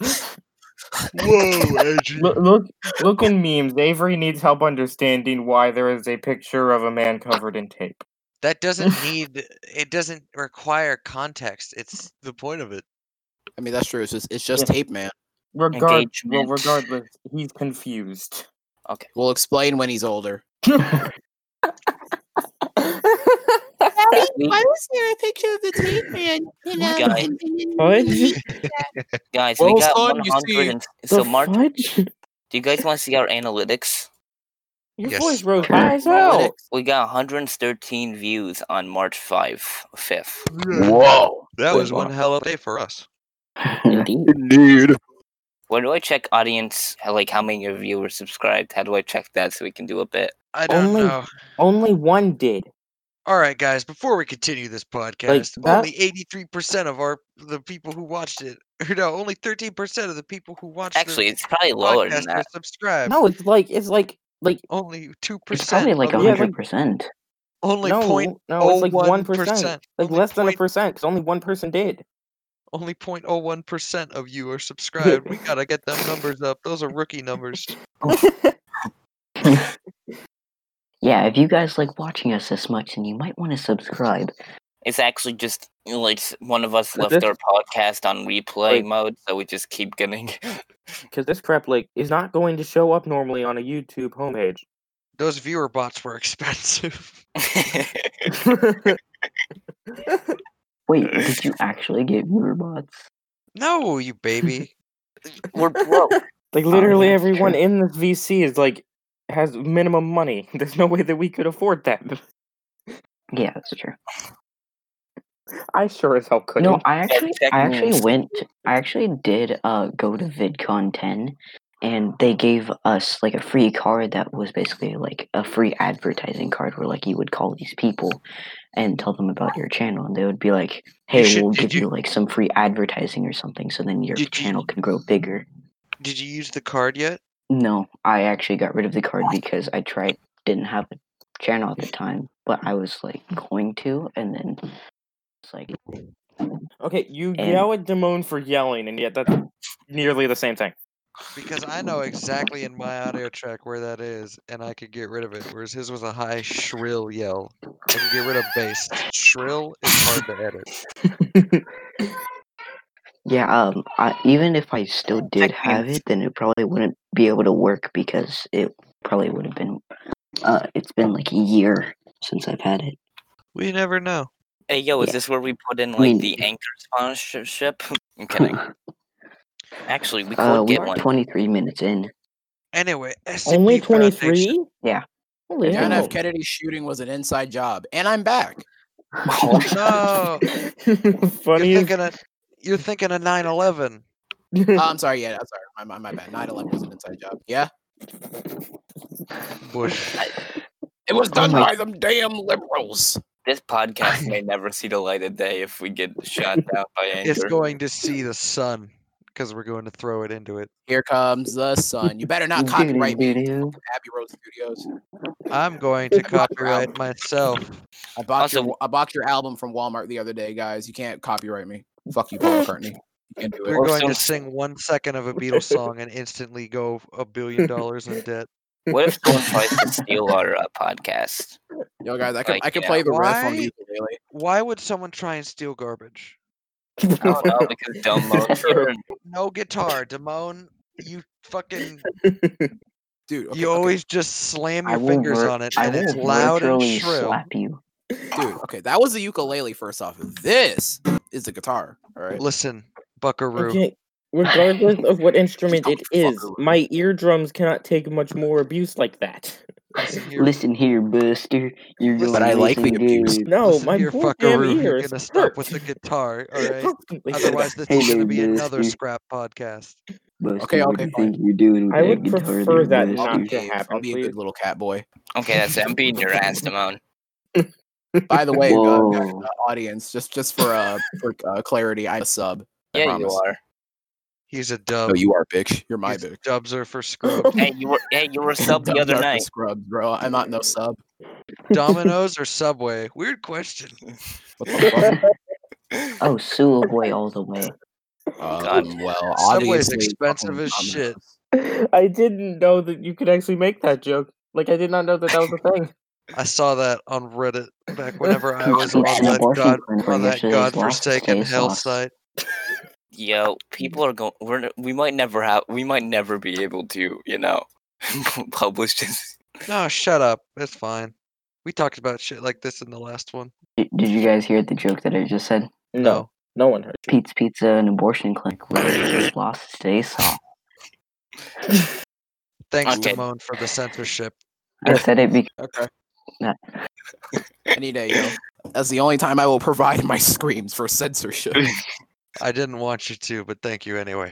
S2: Whoa, Adrian.
S5: look, look, look in memes. Avery needs help understanding why there is a picture of a man covered in tape.
S2: That doesn't need. It doesn't require context. It's the point of it.
S4: I mean, that's true. It's just, it's just
S5: Yeah.
S4: tape, man.
S5: Regard, well,
S3: Engagement.
S5: regardless, he's confused.
S4: We'll explain when he's older.
S3: We-
S4: was there a picture of the tape man? You
S3: know, Guy. and-
S5: Fudge?
S3: guys,
S4: Well,
S3: we got
S4: son,
S3: one
S4: you
S3: hundred.
S4: see,
S3: And so, Mark, do
S5: fudge?
S3: you guys want to see our analytics?
S5: Your
S2: Yes.
S5: voice rose
S1: Sure.
S5: high as well.
S3: We got one hundred and thirteen views on March 5th. 5th.
S7: Whoa.
S2: That
S1: Wait,
S2: was one
S1: what?
S2: hell of a day for us.
S1: Indeed.
S7: Indeed.
S3: Where do I check audience? how- Like how many of your viewers subscribed? How do I check that so we can do a bit?
S2: I don't
S5: Only-
S2: know.
S5: Only one did.
S2: All right, guys. Before we continue this podcast,
S5: that-
S2: only eighty-three percent of our the people who watched it, or no, only thirteen percent of the people who watched
S3: Actually,
S2: the
S3: it's probably lower than
S2: podcast were
S3: that.
S2: subscribed.
S5: No, it's like it's like like
S2: Only two
S1: It's probably
S2: percent.
S1: like
S5: Oh, Yeah, like-
S1: hundred percent.
S2: Only
S5: no,
S2: point.
S5: no, it's like
S2: 01%,
S5: like
S2: only
S5: less than a
S2: point-
S5: percent, because only one person did.
S2: Only point oh one percent of you are subscribed. we gotta get them numbers up. Those are rookie numbers.
S1: Yeah, if you guys like watching us this much, then you might want to subscribe.
S3: It's actually just you know, like s- one of us
S5: But
S3: left our
S5: this-
S3: podcast on replay
S5: Wait.
S3: mode, so we just keep getting.
S5: Because this crap like is not going to show up normally on a YouTube homepage.
S2: Those viewer bots were expensive.
S1: Wait, did you actually get viewer bots?
S2: No, you baby.
S3: We're broke.
S2: Oh,
S5: like literally
S1: yeah, that's
S5: everyone
S1: true.
S5: in this VC is like has minimum money. There's no way that we could afford that.
S1: Yeah, that's true.
S5: I sure as hell couldn't.
S1: No, I actually,
S3: check
S1: I actually
S3: news.
S1: went. I actually did uh go to VidCon 10, and they gave us like a free card that was basically like a free advertising card where like you would call these people and tell them about your channel, and they would be like, "Hey,
S2: should-
S1: we'll
S2: did
S1: give
S2: you-
S1: you, like some free advertising or something, so then your
S2: Did you-
S1: channel can grow bigger."
S2: Did you use the card yet?
S1: No, I actually got rid of the card because I tried didn't have a channel at the time, but I was like going to, and then it's like
S5: Okay, you
S1: And-
S5: yell at Damone for yelling, and yet that's nearly the same thing.
S2: Because I know exactly in my audio track where that is, and I could get rid of it. Whereas his was a high, shrill yell. I could get rid of bass. Shrill is hard to edit.
S1: Yeah, um, I, even if I still did
S3: Tech
S1: have
S3: means-
S1: it, then it probably wouldn't be able to work because it probably would have been. Uh, it's been like a year since I've had it.
S2: We never know.
S3: Hey, yo, is
S1: Yeah.
S3: this where we put in like
S1: mean-
S3: the anchor sponsorship? I'm kidding. Actually, we could
S1: uh, we
S3: get
S1: are
S3: one.
S1: 23 minutes in.
S2: Anyway, SCP
S5: Only twenty
S2: Foundation.
S5: three.
S1: Yeah.
S5: Holy
S1: Yeah,
S4: John
S5: hell.
S4: F. Kennedy's shooting was an inside job, and I'm back.
S2: No.
S5: Funny.
S2: You're
S5: as-
S2: thinking of you're thinking of 9/11.
S4: Uh, I'm sorry. Yeah, I'm sorry. My, my, my bad. 9 11 was an inside job. Yeah.
S2: Bush.
S4: It was
S1: done my- by
S4: them damn liberals.
S3: This podcast may never see the light of day if we get shot down by anchor.
S2: It's going to see the sun because we're going to throw it into it.
S4: Here comes the sun. You better not copyright me. Abbey Road Studios.
S2: I'm going to
S4: I'm not proud.
S2: copyright myself.
S4: I bought your
S3: Also-
S4: I bought your album from Walmart the other day, guys. You can't copyright me. Fuck you, Paul McCartney. You can't do it.
S2: We're
S3: Or
S2: going to
S3: some-
S2: sing one second of a Beatles song and instantly go a billion dollars in debt.
S3: What if someone tries to steal our uh, podcast?
S4: Yo, guys, I can
S3: Like,
S4: I can
S3: yeah.
S4: play the riff
S2: Why?
S4: on the ukulele.
S2: Why would someone try and steal garbage?
S3: I don't know because dumb modes
S5: True.
S2: No guitar, Damone. You fucking.
S4: Dude, okay,
S2: you
S4: okay,
S2: always just slam
S1: I
S2: your
S1: will
S2: fingers
S1: ver-
S2: on it,
S1: I
S2: and it's
S1: will
S2: loud and
S1: virtually
S2: shrill.
S1: slap you.
S4: dude, okay. That was the ukulele first off. This is the guitar. All right.
S2: Listen, Buckaroo.
S5: Okay. Regardless of what instrument it is, my eardrums cannot take much more abuse like that.
S2: Listen here,
S1: Listen here, Buster. You're going
S2: Listen- But I
S1: to
S4: like the
S1: listen
S4: abuse.
S1: good.
S5: No,
S2: listen
S5: oh, my
S2: here,
S5: poor damn
S2: Fuckaroo. You're
S5: ears
S2: gonna stop
S5: hurt.
S2: with the gutar, all right?
S5: Constantly.
S2: Otherwise, this is
S1: Hello,
S2: gonna be another
S1: Buster.
S2: scrap podcast.
S1: Buster,
S4: Okay,
S1: what do
S4: okay,
S1: you
S4: fine.
S1: think you're doing with
S5: I
S1: that
S5: would
S1: guitar
S5: prefer
S1: there,
S5: that
S1: Buster?
S5: not to
S4: Dave,
S5: happen,
S4: and be a
S5: please.
S4: good little cat boy.
S3: Okay, that's it. I'm beating your ass, Damone.
S4: By the way, uh, guys,
S1: Whoa.
S4: uh, audience, just just for uh, for uh, clarity, I'm a sub. I
S3: Yeah, you
S4: promise.
S3: are.
S2: He's a dub.
S4: No, Oh, you are, bitch. You're my
S2: He's-
S4: bitch.
S2: Dubs are for scrubs.
S3: Hey, you were. Hey, you were sub the
S4: Dubs are
S3: other
S4: for
S3: night.
S4: scrubs, bro. I'm not no sub.
S2: Domino's or Subway? Weird question.
S4: What the fuck?
S1: Oh, Sula Boy all the way.
S3: God.
S4: Um, well,
S2: Subway's
S4: obviously,
S2: expensive
S4: fucking
S2: as
S4: Domino's.
S2: shit.
S5: I didn't know that you could actually make that joke. Like, I did not know that that was a thing.
S2: I saw that on Reddit back whenever I was on
S1: It's an
S2: that
S1: abortion
S2: god
S1: clinic where
S2: on
S1: you
S2: that
S1: actually, like, lost
S2: godforsaken
S1: taste
S2: hell
S1: loss.
S2: site.
S3: Yo, people are going. We're. n- We might never have. We might never be able to. You know, publish this.
S2: No, shut up. It's fine. We talked about shit like this in the last one.
S1: Did, did you guys hear the joke that I just said?
S5: No, no one heard.
S1: Pete's Pizza and abortion clinic where they lost today's song.
S2: Thanks,
S3: Okay.
S2: Damone, for the censorship.
S1: I said it because
S4: Okay.
S1: Nah.
S4: Any day, yo. That's the only time I will provide my screams for censorship.
S2: I didn't want you to, but thank you anyway.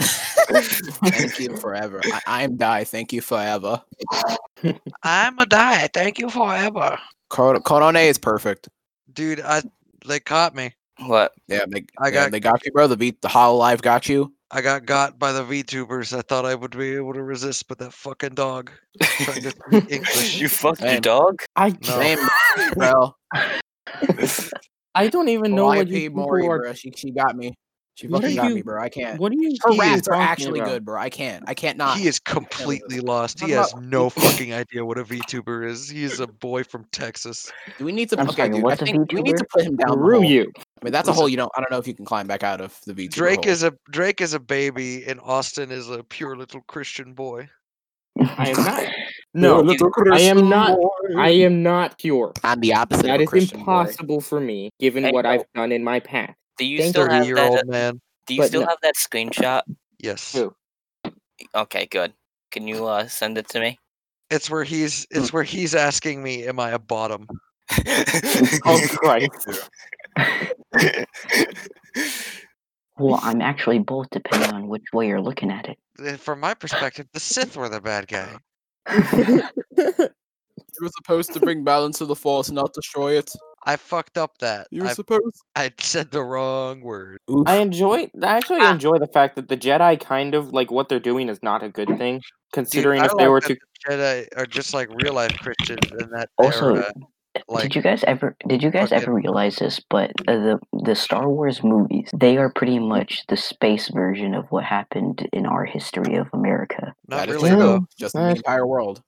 S4: Thank you forever. I- I'm die. Thank you forever.
S2: I'm a die. Thank you forever.
S4: Cor- Corone is perfect.
S2: Dude, I they caught me.
S3: What?
S4: Yeah, they,
S2: I
S4: yeah,
S2: got-
S4: they got you, bro. The beat, the Hollow Live got you.
S2: I got got by the VTubers. I thought I would be able to resist, but that fucking dog tried to speak English.
S3: You fucked your
S4: Hey.
S3: dog.
S5: I,
S2: No.
S4: Same, bro.
S5: Oh, I don't even know what
S4: Hawaii P.
S5: you people
S4: Mori,
S5: are.
S4: bro. She, she got me. She
S5: What
S4: fucking
S5: are
S4: got me,
S5: you-
S4: bro. I can't.
S5: What are you?
S4: Her
S5: even
S4: raps are
S5: talking
S4: actually
S5: about?
S4: good, bro. I can't. I can't not.
S2: He is completely lost. He
S5: I'm
S2: has
S5: not-
S2: no fucking idea what a VTuber is. He's a boy from Texas.
S4: Do we need to?
S1: I'm
S4: okay,
S1: sorry,
S4: dude. I
S1: what's a
S4: think we need to
S1: VTuber?
S4: put him down. the
S5: Screw
S4: hole.
S5: you.
S4: I mean, that's a hole you don't. I don't know if you can climb back out of the VTuber.
S2: Drake
S4: hole.
S2: is a Drake is a baby, and Austin is a pure little Christian boy.
S5: I am not. No,
S3: little
S5: I am not. I am not pure.
S4: I'm the opposite.
S5: That
S4: of a
S5: is
S4: Christian boy.
S5: impossible for me, given
S3: Hey,
S5: what
S3: yo.
S5: I've done in my past.
S3: Do you
S5: Thank
S3: still
S2: Thirty
S3: have
S2: year
S3: that? uh,
S2: old man.
S3: do you
S5: but
S3: still
S5: no.
S3: have that screenshot?
S2: Yes.
S5: Who?
S3: Okay, good. Can you uh, send it to me?
S2: It's where he's it's where he's asking me, Am I a bottom?
S5: Oh Christ!
S1: Well, I'm actually both depending on which way you're looking at it.
S2: Uh, From my perspective, the Sith were the bad guy.
S4: You were supposed to bring balance to the force, not destroy it.
S2: I fucked up that.
S4: You were
S2: I,
S4: supposed.
S2: I said the wrong word.
S5: I enjoy. I actually enjoy the fact that the Jedi kind of like what they're doing is not a good thing, considering
S2: I
S5: if they
S2: like
S5: were
S2: that
S5: to.
S2: Jedi are just like real life Christians and that
S1: Also,
S2: era. uh, Like
S1: did you guys ever did you guys ever
S2: fucking-
S1: realize this? But uh, the the Star Wars movies they are pretty much the space version of what happened in our history of America.
S2: not
S4: That is
S2: really
S5: true.
S2: though.
S4: Just in the
S5: Yeah.
S4: entire world.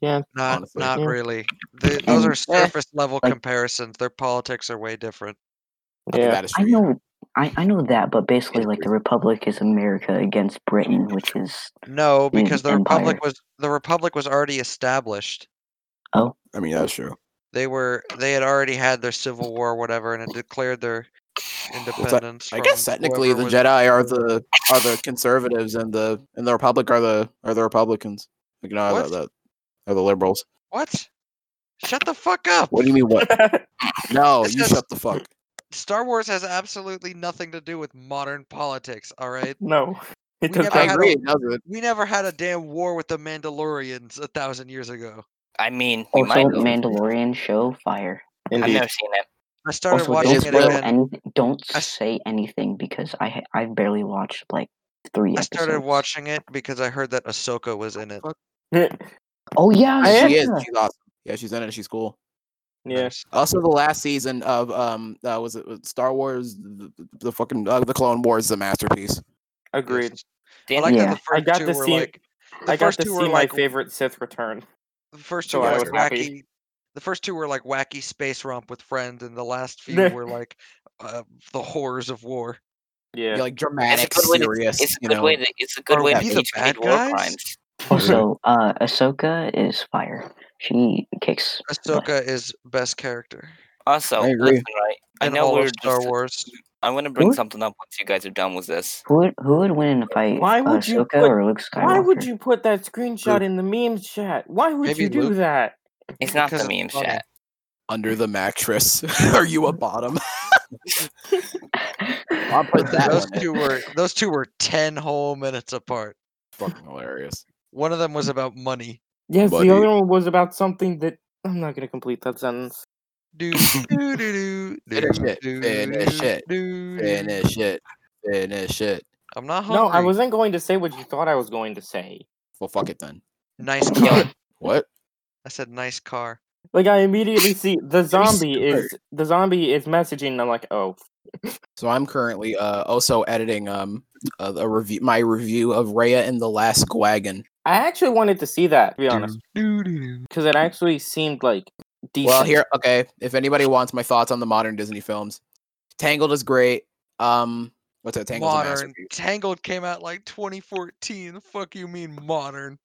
S2: Not
S4: honestly.
S2: not
S5: Yeah.
S2: really. Th those
S1: And, eh,
S2: are surface level
S1: like-
S2: comparisons. Their politics are way different.
S4: I think
S5: Yeah.
S4: that is
S1: I
S4: true. yeah.
S1: know I, I know that, but basically like the Republic is America against Britain, which is
S2: No,
S1: mean,
S2: because the republic
S1: Mm, empire.
S2: was the republic was already established.
S4: I mean, that's true.
S2: They were they had already had their civil war, or whatever, and had declared their independence.
S4: I guess
S2: from
S4: technically
S2: whoever
S4: the
S2: was-
S4: Jedi are the are the conservatives and the and the Republic are the are the Republicans. You know
S2: What?
S4: that that are the liberals.
S2: What? Shut the fuck up!
S4: What do you mean what? No,
S2: It
S4: you
S2: says-
S4: shut the fuck.
S2: Star Wars has absolutely nothing to do with modern politics. All right,
S5: no.
S2: We
S5: It does
S2: never
S4: I
S5: not.
S2: had a-
S4: agree. It doesn't.
S2: we never had a damn war with the Mandalorians a thousand years ago.
S3: I mean, we
S1: Also,
S3: might have.
S1: Oh, Mandalorian show fire.
S3: I've
S5: Indeed.
S3: never seen that.
S2: I started
S1: also,
S2: watching
S1: don't
S2: it
S4: is well-
S1: spoil
S2: again.
S1: any, Don't
S2: I s-
S1: say anything because I ha- I've barely watched like three.
S2: I started
S1: E episodes.
S2: watching it because I heard that Ahsoka was in it.
S4: Fuck.
S1: Oh yeah,
S5: I am-
S4: She is.
S5: Yeah.
S4: She's awesome. Yeah, she's in it. She's cool.
S5: Yeah.
S2: Nice.
S4: Also, the last season of um, uh, was it was Star Wars? The, the fucking uh, the Clone Wars is a masterpiece.
S5: Agreed.
S2: Yes. I
S3: Damn,
S2: like
S1: Yeah.
S2: that the
S5: I
S2: first
S5: got
S2: two
S5: to
S2: were
S5: see-
S2: like the
S5: I got
S2: first
S5: to
S2: two
S5: see
S2: were
S5: my
S2: like
S5: favorite Sith return.
S2: the first two
S5: so
S2: were
S5: I
S2: like
S5: was happy.
S2: wacky. The first two were like wacky space romp with friends, and the last few were like uh, the horrors of war.
S5: Yeah.
S4: Yeah, like
S3: it's a
S4: dramatic,
S3: good way to.
S4: serious.
S3: It's a
S4: you
S3: good
S4: know.
S3: way to. It's a good
S2: Are
S3: way to
S2: we the
S3: teach
S2: bad
S3: kid war
S2: guys?
S3: crimes.
S1: Also, uh, Ahsoka is fire. She kicks. butt.
S2: Ahsoka is best character
S3: Also,
S4: I agree.
S3: listen, right? I
S2: in
S3: know
S2: all
S3: we're
S2: of
S3: just.
S2: Star Wars.
S3: I'm gonna bring
S1: What?
S3: something up once you guys are done with this.
S1: Who would who would win in a fight? uh,
S5: Why would
S1: Ahsoka
S5: you put-
S1: or Luke Skywalker?
S5: Why would you put that screenshot
S4: Luke.
S5: in the memes chat? Why would
S4: Maybe
S5: you do
S4: Luke.
S5: that?
S3: It's not
S2: Because
S3: the
S2: it's
S3: meme
S2: funny.
S3: chat.
S4: Under the mattress. Are you
S3: Mm-hmm.
S4: a bottom? I'll put that
S2: Those
S4: one. in.
S2: two were those two were ten whole minutes apart.
S4: fucking hilarious.
S2: One of them was about money.
S5: Yes,
S4: Buddy.
S5: the other one was about something that I'm not gonna complete that sentence.
S2: Do do do do
S4: Finish
S2: do
S4: it,
S2: do
S4: finish
S2: do,
S4: it,
S2: do, do.
S3: Mm-hmm.
S4: Finish it. Finish it.
S2: I'm not hungry.
S5: No, I wasn't going to say what you thought I was going to say.
S4: Well, fuck it then.
S2: nice
S3: Yo,
S2: car.
S4: What?
S2: I said nice car.
S5: Like I immediately see the zombie
S4: start.
S5: is the zombie is messaging. And I'm like, oh,
S4: So I'm currently uh, also editing um a, a review my review of Raya and the Last Wagon.
S5: I actually wanted to see that. To be
S4: Mm.
S5: honest,
S2: Do, do, do.
S5: because it actually seemed like decent.
S4: Well, here, okay. If anybody wants my thoughts on the modern Disney films, Tangled is great. Um, what's that? Tangled's a
S2: Modern.
S4: masterpiece.
S2: Tangled came out like 2014. The fuck you mean modern?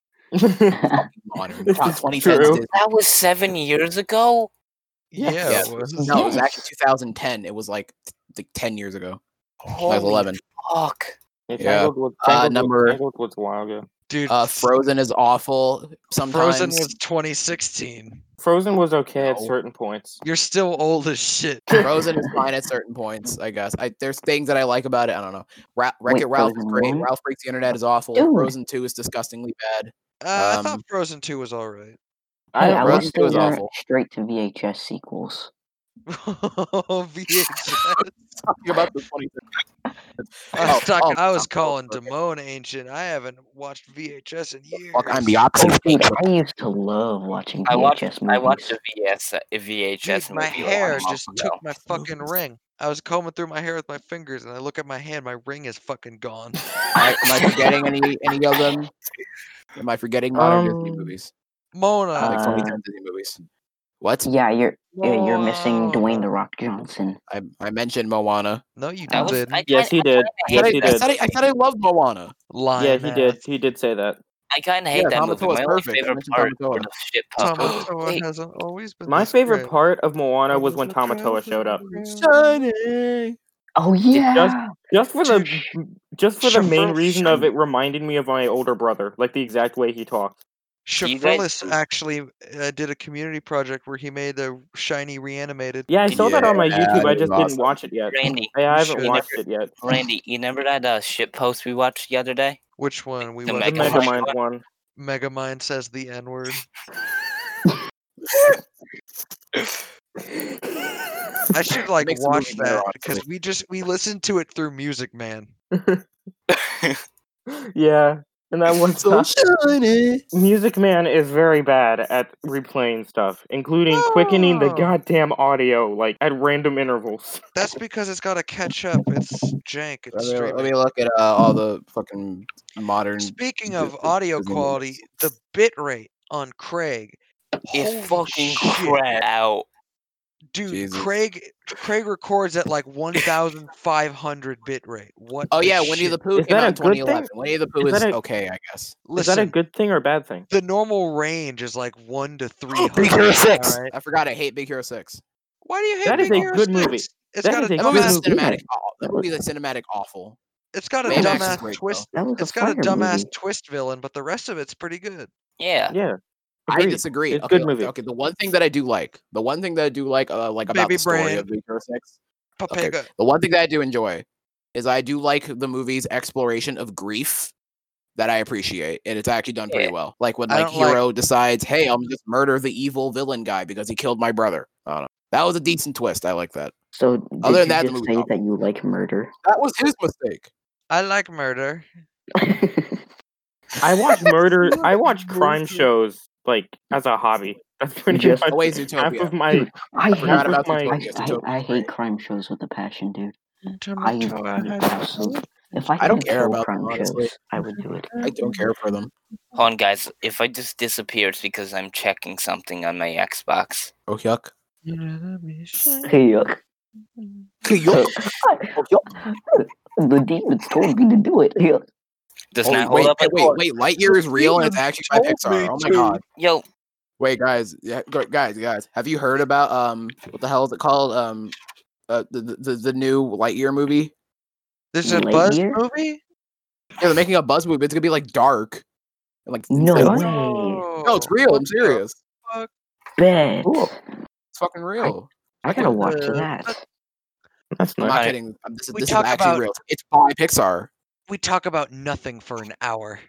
S4: Modern.
S5: This
S4: Top
S5: is
S4: 2010
S5: true.
S4: Disney.
S3: that was seven years ago.
S5: Yes.
S2: Yeah,
S4: Yeah,
S2: it was.
S4: No, it was
S5: Yes.
S4: actually 2010. It was like t- like 10 years ago. Like
S3: Holy
S4: 11.
S3: fuck!
S5: Yeah,
S4: Yeah.
S5: Tangled was
S4: Uh,
S5: Tangled,
S4: number-
S5: was, Tangled was a while ago.
S2: Dude,
S4: Uh,
S2: s-
S4: Frozen is awful. Sometimes
S2: Frozen was 2016.
S5: Frozen was okay at
S4: No.
S5: certain points.
S2: You're still old as shit.
S4: Frozen is fine at certain points, I guess. I, there's things that I like about it. I don't know. Ra- Wreck
S1: Wait,
S4: It Ralph is
S1: Frozen
S4: great.
S1: one?
S4: Ralph Breaks the Internet is awful.
S1: Dude.
S4: Frozen 2 is disgustingly bad.
S2: Uh, I thought
S4: Um,
S2: Frozen 2 was alright.
S1: Hey, I,
S5: don't-
S4: Frozen
S1: wish
S4: two
S1: they
S4: is
S1: weren't
S4: awful.
S1: straight to VHS sequels.
S2: VHS.
S4: Talking about the 20
S2: I was,
S4: Oh,
S2: stuck,
S4: oh,
S2: I was
S4: oh,
S2: calling
S4: okay.
S2: Damone ancient. I haven't watched VHS in years.
S4: Fuck, I'm the opposite.
S1: Oh,
S4: of
S1: dude,
S4: you.
S1: I used to love watching VHS
S3: I watched.
S1: movies.
S3: I watched a VS a VHS
S2: Dude, my
S3: movie. a
S2: hair
S3: month
S2: just
S3: ago.
S2: took my fucking ring. I was combing through my hair with my fingers, and I look at my hand. My ring is fucking gone.
S4: Am I, am I forgetting any any of them? Am I forgetting modern Disney
S5: Um,
S4: movies?
S2: Mona,
S4: Like
S1: Uh,
S4: 2010 Disney movies. What?
S1: yeah, you're yeah, you're missing Dwayne
S2: Moana.
S1: the Rock Johnson.
S4: I, I mentioned Moana.
S2: No, you
S3: I was-
S2: didn't.
S3: I
S5: yes, he
S3: kinda- I
S5: did.
S3: kinda
S4: I,
S5: Yes, he
S4: said I, I
S5: did.
S4: said I, I said I loved Moana.
S5: Yeah,
S2: Lion
S5: he did. He did say that.
S3: I kind of
S4: Yeah,
S3: hate that
S4: Tomatoa
S3: movie.
S4: is
S3: My only
S4: perfect. I
S3: favorite
S4: mentioned
S3: part
S4: Tomatoa.
S3: were the shit puppets.
S2: Tomatoa
S3: Wait,
S2: hasn't always been
S5: My
S2: this
S5: favorite
S2: great.
S5: part of Moana was
S2: It
S5: when
S2: a
S5: Tomatoa showed up.
S2: thousand
S4: Shiny.
S1: Oh yeah,
S5: Just for the just for the
S2: Chevrolet
S5: main reason of
S2: Shiny.
S5: it reminded me of my older brother, like the exact way he talked.
S3: you guys
S2: Shafrillis
S3: do-
S2: actually uh, did a community project where he made the shiny reanimated.
S5: Yeah, I saw that on my
S4: Yeah,
S5: YouTube. I
S4: it was
S5: just
S4: awesome.
S5: didn't watch it yet.
S3: Randy,
S5: I, I haven't
S2: should.
S5: watched it yet.
S3: Randy, you remember that uh, shit post we watched the other day?
S2: Which one? We
S3: The
S5: The
S2: went
S3: Mega
S2: to
S5: Mega
S3: Mind
S5: Mind
S3: one.
S5: one.
S2: Megamind says the N word. I should like
S4: makes the
S2: watch
S4: movie better,
S2: that
S4: honestly.
S2: because we just we listened to it through Music Man.
S5: Yeah, and that was
S4: So shiny.
S5: Music Man is very bad at replaying stuff, including quickening the
S2: Oh.
S5: goddamn audio like at random intervals.
S2: That's because it's got to catch up. It's jank. It's
S4: Let me,
S2: streaming.
S4: let me look at uh, all the fucking modern.
S2: Speaking
S4: Dis-
S2: of
S4: Dis-
S2: audio
S4: Disney movies.
S2: quality, the bitrate on Craig.
S3: It
S2: Holy
S3: fucking
S2: shit.
S3: crap out.
S2: Dude,
S4: Jesus.
S2: Craig Craig records at like 1500 bit rate. What
S4: Oh yeah,
S2: the
S4: Winnie the
S2: shit?
S4: Pooh
S5: Is
S4: came out
S5: that a
S4: in
S5: good thing?
S4: 2011. Winnie the Pooh
S5: Is
S4: is,
S5: that a-
S4: okay, I guess.
S5: Is that a
S2: Listen,
S5: good thing or a bad thing?
S2: the normal range is like 1 to 300.
S4: Hero Six.
S2: alright?
S4: I forgot I hate Big Hero Six.
S2: Why do you hate
S5: That is
S2: Big
S5: a
S2: Hero
S5: good movie.
S2: 6? It's
S5: That
S2: got
S5: is
S2: a
S5: a
S4: That
S5: good
S4: movie's
S2: dumbass
S4: a
S1: movie.
S4: cinematic. aw- That movie's a cinematic awful.
S2: it's got a
S4: Mad Max is
S2: dumbass
S4: great, though.
S2: twist.
S1: That was a
S2: It's got a
S1: fire
S2: dumbass
S1: movie.
S2: twist villain, but the rest of it's pretty good.
S3: Yeah.
S5: Yeah.
S4: I
S5: Agreed.
S4: disagree.
S5: It's a
S4: okay,
S5: good
S4: like-
S5: movie.
S4: Okay, the one thing that I do like, the one thing that I do like, uh, like about
S2: Baby
S4: the story
S2: brain.
S4: of Big Hero Six,
S2: Papega.
S4: the one thing that I do enjoy is I do like the movie's exploration of grief that I appreciate, and it's actually done pretty
S3: Yeah.
S4: well. Like when
S2: I
S4: like
S2: don't like-
S4: hero decides, "Hey, I'm just murder the evil villain guy because he killed my brother." I don't know. That was a decent twist. I like that.
S1: So did
S4: Other
S1: you
S4: than that, the
S1: just
S4: movie's
S1: say
S4: awful.
S1: that you like murder?
S4: That was his mistake.
S2: I like murder.
S5: I watch murder. I watch
S4: Murder.
S5: crime shows like as a hobby. That's pretty
S1: Just-
S5: much
S4: Oh, wait,
S5: half
S4: Zootopia.
S5: of my.
S1: I hate
S5: forgot
S1: I,
S5: about my-
S4: Zootopia.
S1: I,
S4: Zootopia.
S1: I hate crime shows with a passion, dude. I would absolutely. If I,
S4: I don't
S1: could
S4: care
S1: kill
S4: about them,
S1: crime
S4: honestly.
S1: shows, I would do it.
S4: I don't care for them.
S3: Hold on, guys. If I just disappear, it's because I'm checking something on my Xbox.
S4: Oh yuck.
S1: Hey, yuck.
S4: yuck. Oh, yuck.
S1: the demons told me to do it. Yuck.
S3: Does
S4: Oh,
S3: not
S4: wait,
S3: hold up.
S4: wait,
S3: at
S4: wait,
S3: all.
S4: wait, Lightyear is real and it's actually by
S2: told me
S4: Pixar. Oh my
S2: to.
S4: god.
S3: Yo,
S4: Wait, guys, yeah, go- guys, guys. Have you heard about um what the hell is it called? Um, uh, the the, the- the new Lightyear movie.
S2: There's a Buzz
S1: Lightyear?
S2: movie?
S4: Yeah, they're making a Buzz movie. It's gonna be like dark. And, like
S1: No
S4: it's-
S1: way.
S4: no, it's real. I'm serious.
S1: Bet.
S5: Cool.
S4: It's fucking real.
S1: I gotta watch
S2: Uh,
S1: that.
S5: That's
S4: I'm
S5: nice.
S4: not
S3: Alright.
S4: kidding. Um, This, is-
S2: We
S4: this is
S2: talk
S4: actually
S2: about-
S4: real. It's by Pixar.
S2: We talk about nothing for an hour.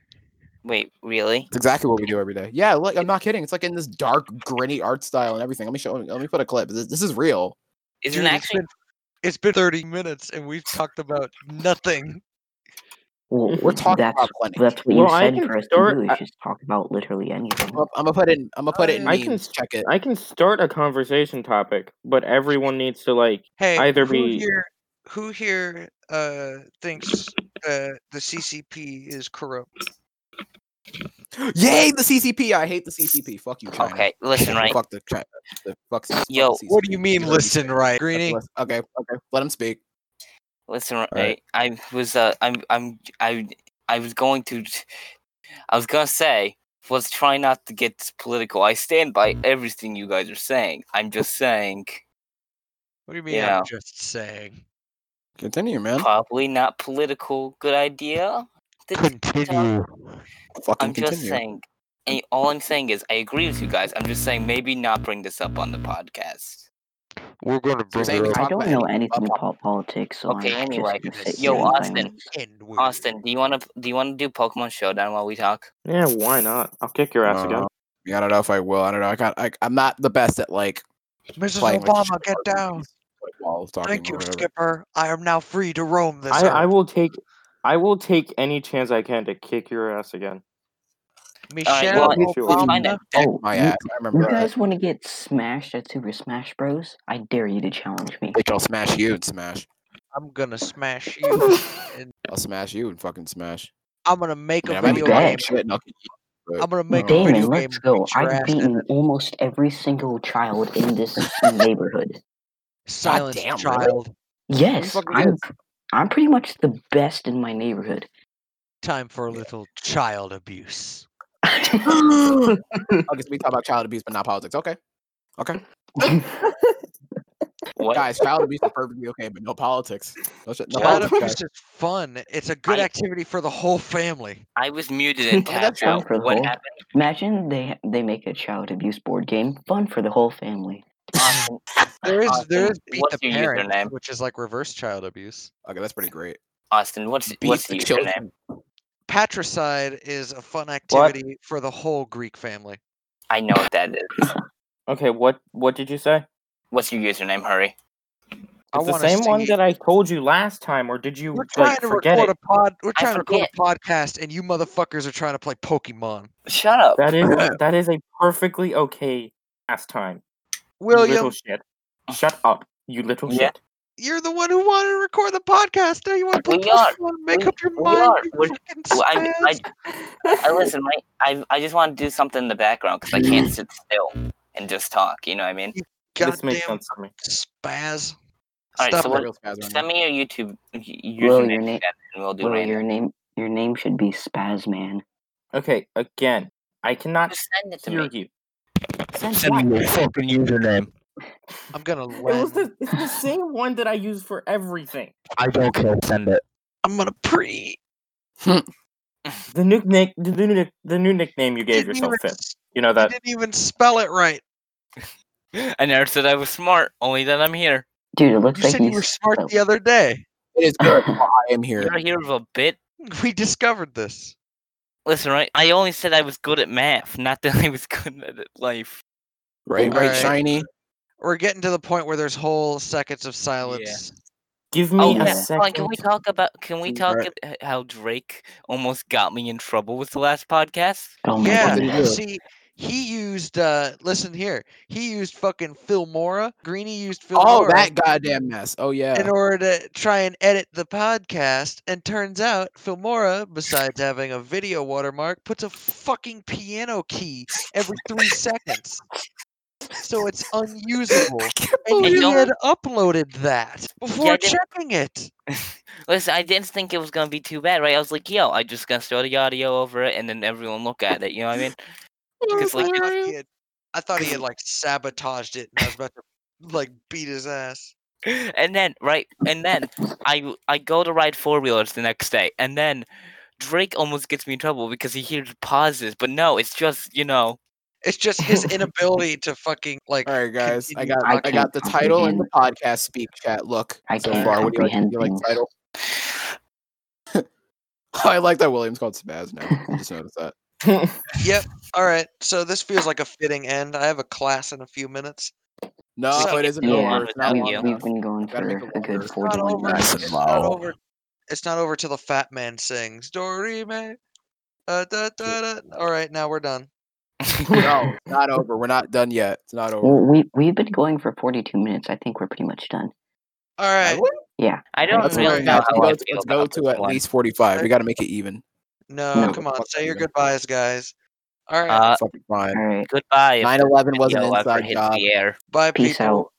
S3: wait, really?
S4: It's exactly what we do every day. Yeah, look, I'm not kidding. It's like in this dark, gritty art style and everything. Let me show. Let me put a clip. This, this is real.
S3: Isn't
S2: Dude,
S3: actually
S2: It's been, it's been 30 minutes and we've talked about nothing.
S1: Well,
S5: We're
S4: talking
S1: that's,
S4: about plenty.
S1: That's what
S5: Well,
S1: you
S5: I
S1: said
S5: can
S1: for us
S5: start-
S1: to do.
S5: I-
S1: Is just talk about literally anything.
S4: I'm gonna put it. In, I'm gonna put it in
S5: I can
S4: memes. Check it.
S5: I can start a conversation topic, but everyone needs to like.
S2: Hey,
S5: Either
S2: who
S5: be-
S2: here, who here uh, thinks uh, the CCP is corrupt?
S4: Yay, the CCP. I hate the CCP. Fuck you, China.
S3: okay. Listen, right?
S4: Fuck the China. The fuck C- fuck the
S3: Yo,
S4: CCP.
S2: What do you mean,
S4: Let him
S2: listen,
S4: speak.
S2: right,
S4: Let-
S2: Greeny?
S4: let- Okay, okay. Let him speak.
S3: Listen, right?
S4: right.
S3: I was uh, I'm I'm I I was going to, I was gonna say was try not to get political. I stand by everything you guys are saying. I'm just saying
S2: What do you mean?
S3: Yeah.
S2: I'm just saying.
S4: Continue, man.
S3: probably not political. Good idea. to
S2: Continue.
S4: Fucking
S3: I'm just
S4: continue.
S3: saying. And all I'm saying is, I agree with you guys. I'm just saying, maybe not bring this up on the podcast.
S2: We're going to
S4: You're saying we
S1: I
S4: talk
S1: don't
S4: about
S1: know
S4: anything
S1: anything
S4: about
S1: about politics, so
S3: Okay,
S1: I'm
S3: anyway.
S1: just gonna
S2: Yes.
S1: sit
S3: Yo,
S1: here in
S3: Austin.
S1: silence.
S2: And weird.
S3: Austin, do you wanna do you wanna do Pokemon Showdown while we talk?
S5: Yeah, why not? I'll kick your ass again.
S4: Uh, yeah, I don't know if I will. I don't know. I got. I, I'm not the best at like
S2: Mrs.
S4: playing. with
S2: Obama,
S4: short
S2: get down.
S4: movies, like, while talking
S2: Thank
S4: or
S2: you,
S4: whatever.
S2: Skipper. I am now free to roam this
S5: I, I
S2: earth.
S5: will take I will take any chance I can to kick your ass again.
S3: Alright,
S2: Michelle
S3: well,
S5: Appreciate it.
S3: it's fine
S2: Obama.
S3: then.
S1: Oh,
S4: My
S1: you,
S4: ass. I remember.
S1: you
S4: that.
S1: guys want to get smashed at Super Smash Bros? I dare you to challenge me.
S4: Bitch, I'll smash you and smash.
S2: I'm gonna smash you.
S4: I'll smash you and fucking smash.
S2: I'm gonna make
S4: I mean,
S2: a
S4: I might be
S2: video
S1: bad.
S4: talking
S2: game.
S1: game.
S4: shit and I'll kick you, but-
S2: I'm gonna make a
S4: Damn it,
S1: Damon,
S2: video game.
S1: let's go.
S2: beat your
S1: I've
S2: ass in
S1: beaten
S2: it.
S1: almost every single child in this neighborhood.
S2: Silent
S4: damn, really?
S2: child.
S1: Yes,
S4: fucking
S1: I'm I'm pretty much the best in my neighborhood.
S2: Time for a little child abuse.
S4: I guess we talk about child abuse, but not politics. Okay.
S3: What?
S4: Guys, child abuse is perfectly okay, but no politics. No, shit, no
S2: Child
S4: politics,
S2: abuse
S4: guys.
S2: is fun. It's a good
S3: I-
S2: activity for the whole family.
S3: I was muted and
S1: Oh,
S3: tapped
S1: that's fun
S3: out.
S1: for the
S3: What
S1: whole-
S3: happened?
S1: Imagine they they make a child abuse board game fun for the whole family.
S3: Austin,
S2: There is there
S3: Austin,
S2: is beat the
S3: what's your
S2: parent,
S3: username?
S2: which is like reverse child abuse.
S4: Okay, that's pretty great.
S3: Austin, what's
S4: Beat
S3: what's
S4: the
S3: your
S4: children.
S3: username?
S2: Patricide is a fun activity for the whole Greek family.
S3: I know what that is.
S5: Okay, what what did you say?
S3: What's your username? Hurry.
S2: I
S5: It's the
S2: wanna
S5: same one
S2: see-
S5: that I told you last time, or did you
S2: We're trying
S5: like
S2: to
S5: forget
S2: record
S5: it?
S2: a pod. We're
S3: I
S2: trying to record a podcast, and you motherfuckers are trying to play Pokemon.
S3: Shut up.
S5: That is that is a perfectly okay last time. You
S2: William,
S5: little shit. Shut up, you little
S3: Yeah.
S5: shit.
S2: you're the one who wanted to record the podcast. Now you want to play
S3: We are.
S2: Pokemon? Make
S3: We-
S2: up your
S3: we
S2: mind.
S3: are.
S2: you
S3: We're-
S2: fucking
S3: Well, I, I,
S2: spaz.
S3: I listen. Right? I I just want to do something in the background because I can't sit still and just talk. You know what I mean?
S5: this makes
S2: goddamn
S5: sense for me.
S2: spaz.
S3: Alright, so
S2: Stop
S3: what-
S2: it.
S4: Real spasm.
S3: Send me your YouTube y-
S1: Will,
S3: username
S1: your na-
S3: and we'll do
S1: Will,
S3: random.
S1: your name your name should be Spazman.
S5: Okay, again, I cannot
S3: Just send it to
S5: hear
S3: me.
S5: you.
S7: Send me your fucking username.
S2: I'm gonna
S5: It was
S2: let.
S5: the, it's the same one that I use for everything.
S7: I don't care. Send it.
S2: I'm gonna pre.
S5: The new nick, the new nick, the new nickname you gave
S2: Didn't
S5: yourself,
S2: even
S5: Finn.
S2: s-
S5: You know
S2: you
S5: that.
S2: didn't even spell it right.
S3: I never said I was smart, only that I'm here.
S1: Dude, it looks
S2: You
S1: like
S2: said you were smart the other day.
S4: It is good. I am here.
S3: You're here for a bit.
S2: We discovered this.
S3: Listen, right? I only said I was good at math, not that I was good at it- life.
S4: Right, right,
S2: Alright.
S4: shiny.
S2: We're getting to the point where there's whole seconds of silence.
S5: Give me
S3: oh,
S5: a
S3: yeah.
S5: second.
S3: Hold on, can we talk about? Can we
S4: Dude,
S3: talk
S4: right.
S3: about how Drake almost got me in trouble with the last podcast?
S1: Oh my
S2: Yeah,
S4: What did he do?
S1: goodness.
S2: see, he used. uh Listen here, he used fucking Filmora. Greeny used Filmora
S4: Oh, that goddamn mess. Oh
S2: in
S4: yeah.
S2: order to try and edit the podcast. And turns out Filmora, besides having a video watermark, puts a fucking piano key every three seconds. So it's unusable. And
S3: believe
S2: you
S3: it.
S2: had uploaded that before
S3: I didn't-
S2: checking it.
S3: Listen, I didn't think it was gonna be too bad, right? I was like, yo, I just gonna throw the audio over it and then everyone look at it. You know what I mean? Because like,
S2: I thought he had, I thought he had like sabotaged it, and I was about to like beat his ass.
S3: and then right, and then I w- I go to ride four wheelers the next day, and then Drake almost gets me in trouble because he hears pauses, but no, it's just you know.
S2: It's just his inability to fucking like.
S4: All right, guys. I
S2: continue
S4: got
S1: I
S4: I,
S1: can't
S4: got the title and the podcast speak chat. Look,
S1: I
S4: so
S1: can't
S4: far, what do you like?
S1: comprehend
S4: You like
S1: things.
S4: title? I like that William's called Spaz now. I just noticed that.
S2: Yep. All right. So this feels like a fitting end. I have a class in a few minutes.
S4: No,
S2: So-
S4: it isn't
S1: Yeah,
S4: over. It's
S3: without
S4: not
S1: we,
S4: long
S3: you.
S1: we've
S4: enough.
S1: been going
S4: Gotta
S1: for
S4: make it
S1: a
S4: longer.
S1: good
S4: It's
S2: It's not
S1: 41
S2: over.
S1: minutes.
S4: Nice and
S2: It's not
S1: Oh.
S4: low.
S2: over. It's not over till the fat man sings. Dorime. Uh, da, da, da. All right. Now we're done.
S4: No, it's not over. We're not done yet. It's not over.
S1: Well, we, we've been going for 42 minutes. I think we're pretty much done.
S2: All right.
S1: Yeah.
S3: I don't
S4: Let's,
S2: Alright, alright,
S3: really
S4: go,
S3: know
S4: guys,
S3: how I
S4: let's,
S3: feel
S4: let's go
S3: about
S4: to
S3: this
S4: at
S3: one.
S4: least 45. We got to make it even.
S2: No,
S1: No.
S2: come on.
S4: Fuck
S2: Say
S4: you
S2: your
S4: then.
S2: goodbyes, guys. All right.
S3: Uh,
S4: Fucking fine.
S1: All right.
S3: goodbye. if
S4: 9
S3: this
S4: 11 was an
S3: video ever
S4: inside
S3: hits
S4: job.
S3: the air.
S2: Bye,
S1: Peace
S2: people.
S1: out.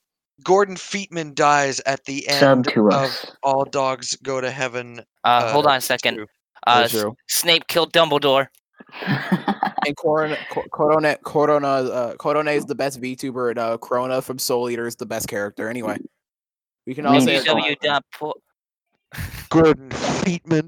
S2: Gordon Feetman dies at the end
S1: Sub to
S2: of
S1: us.
S2: All Dogs Go to Heaven.
S3: Uh, hold
S2: uh,
S3: on a second.
S2: two.
S3: Uh,
S4: Very
S3: S-
S4: true.
S3: Snape killed Dumbledore.
S4: And Corona, Co- Corona, Corona, uh, Corona is the best VTuber, and uh, Corona from Soul Eater is the best character. Anyway, we can all
S1: We
S3: E
S4: say
S1: Yeah,
S3: You
S1: it's
S4: it's
S3: know
S1: fine.
S3: you done po-
S2: Gordon Feetman.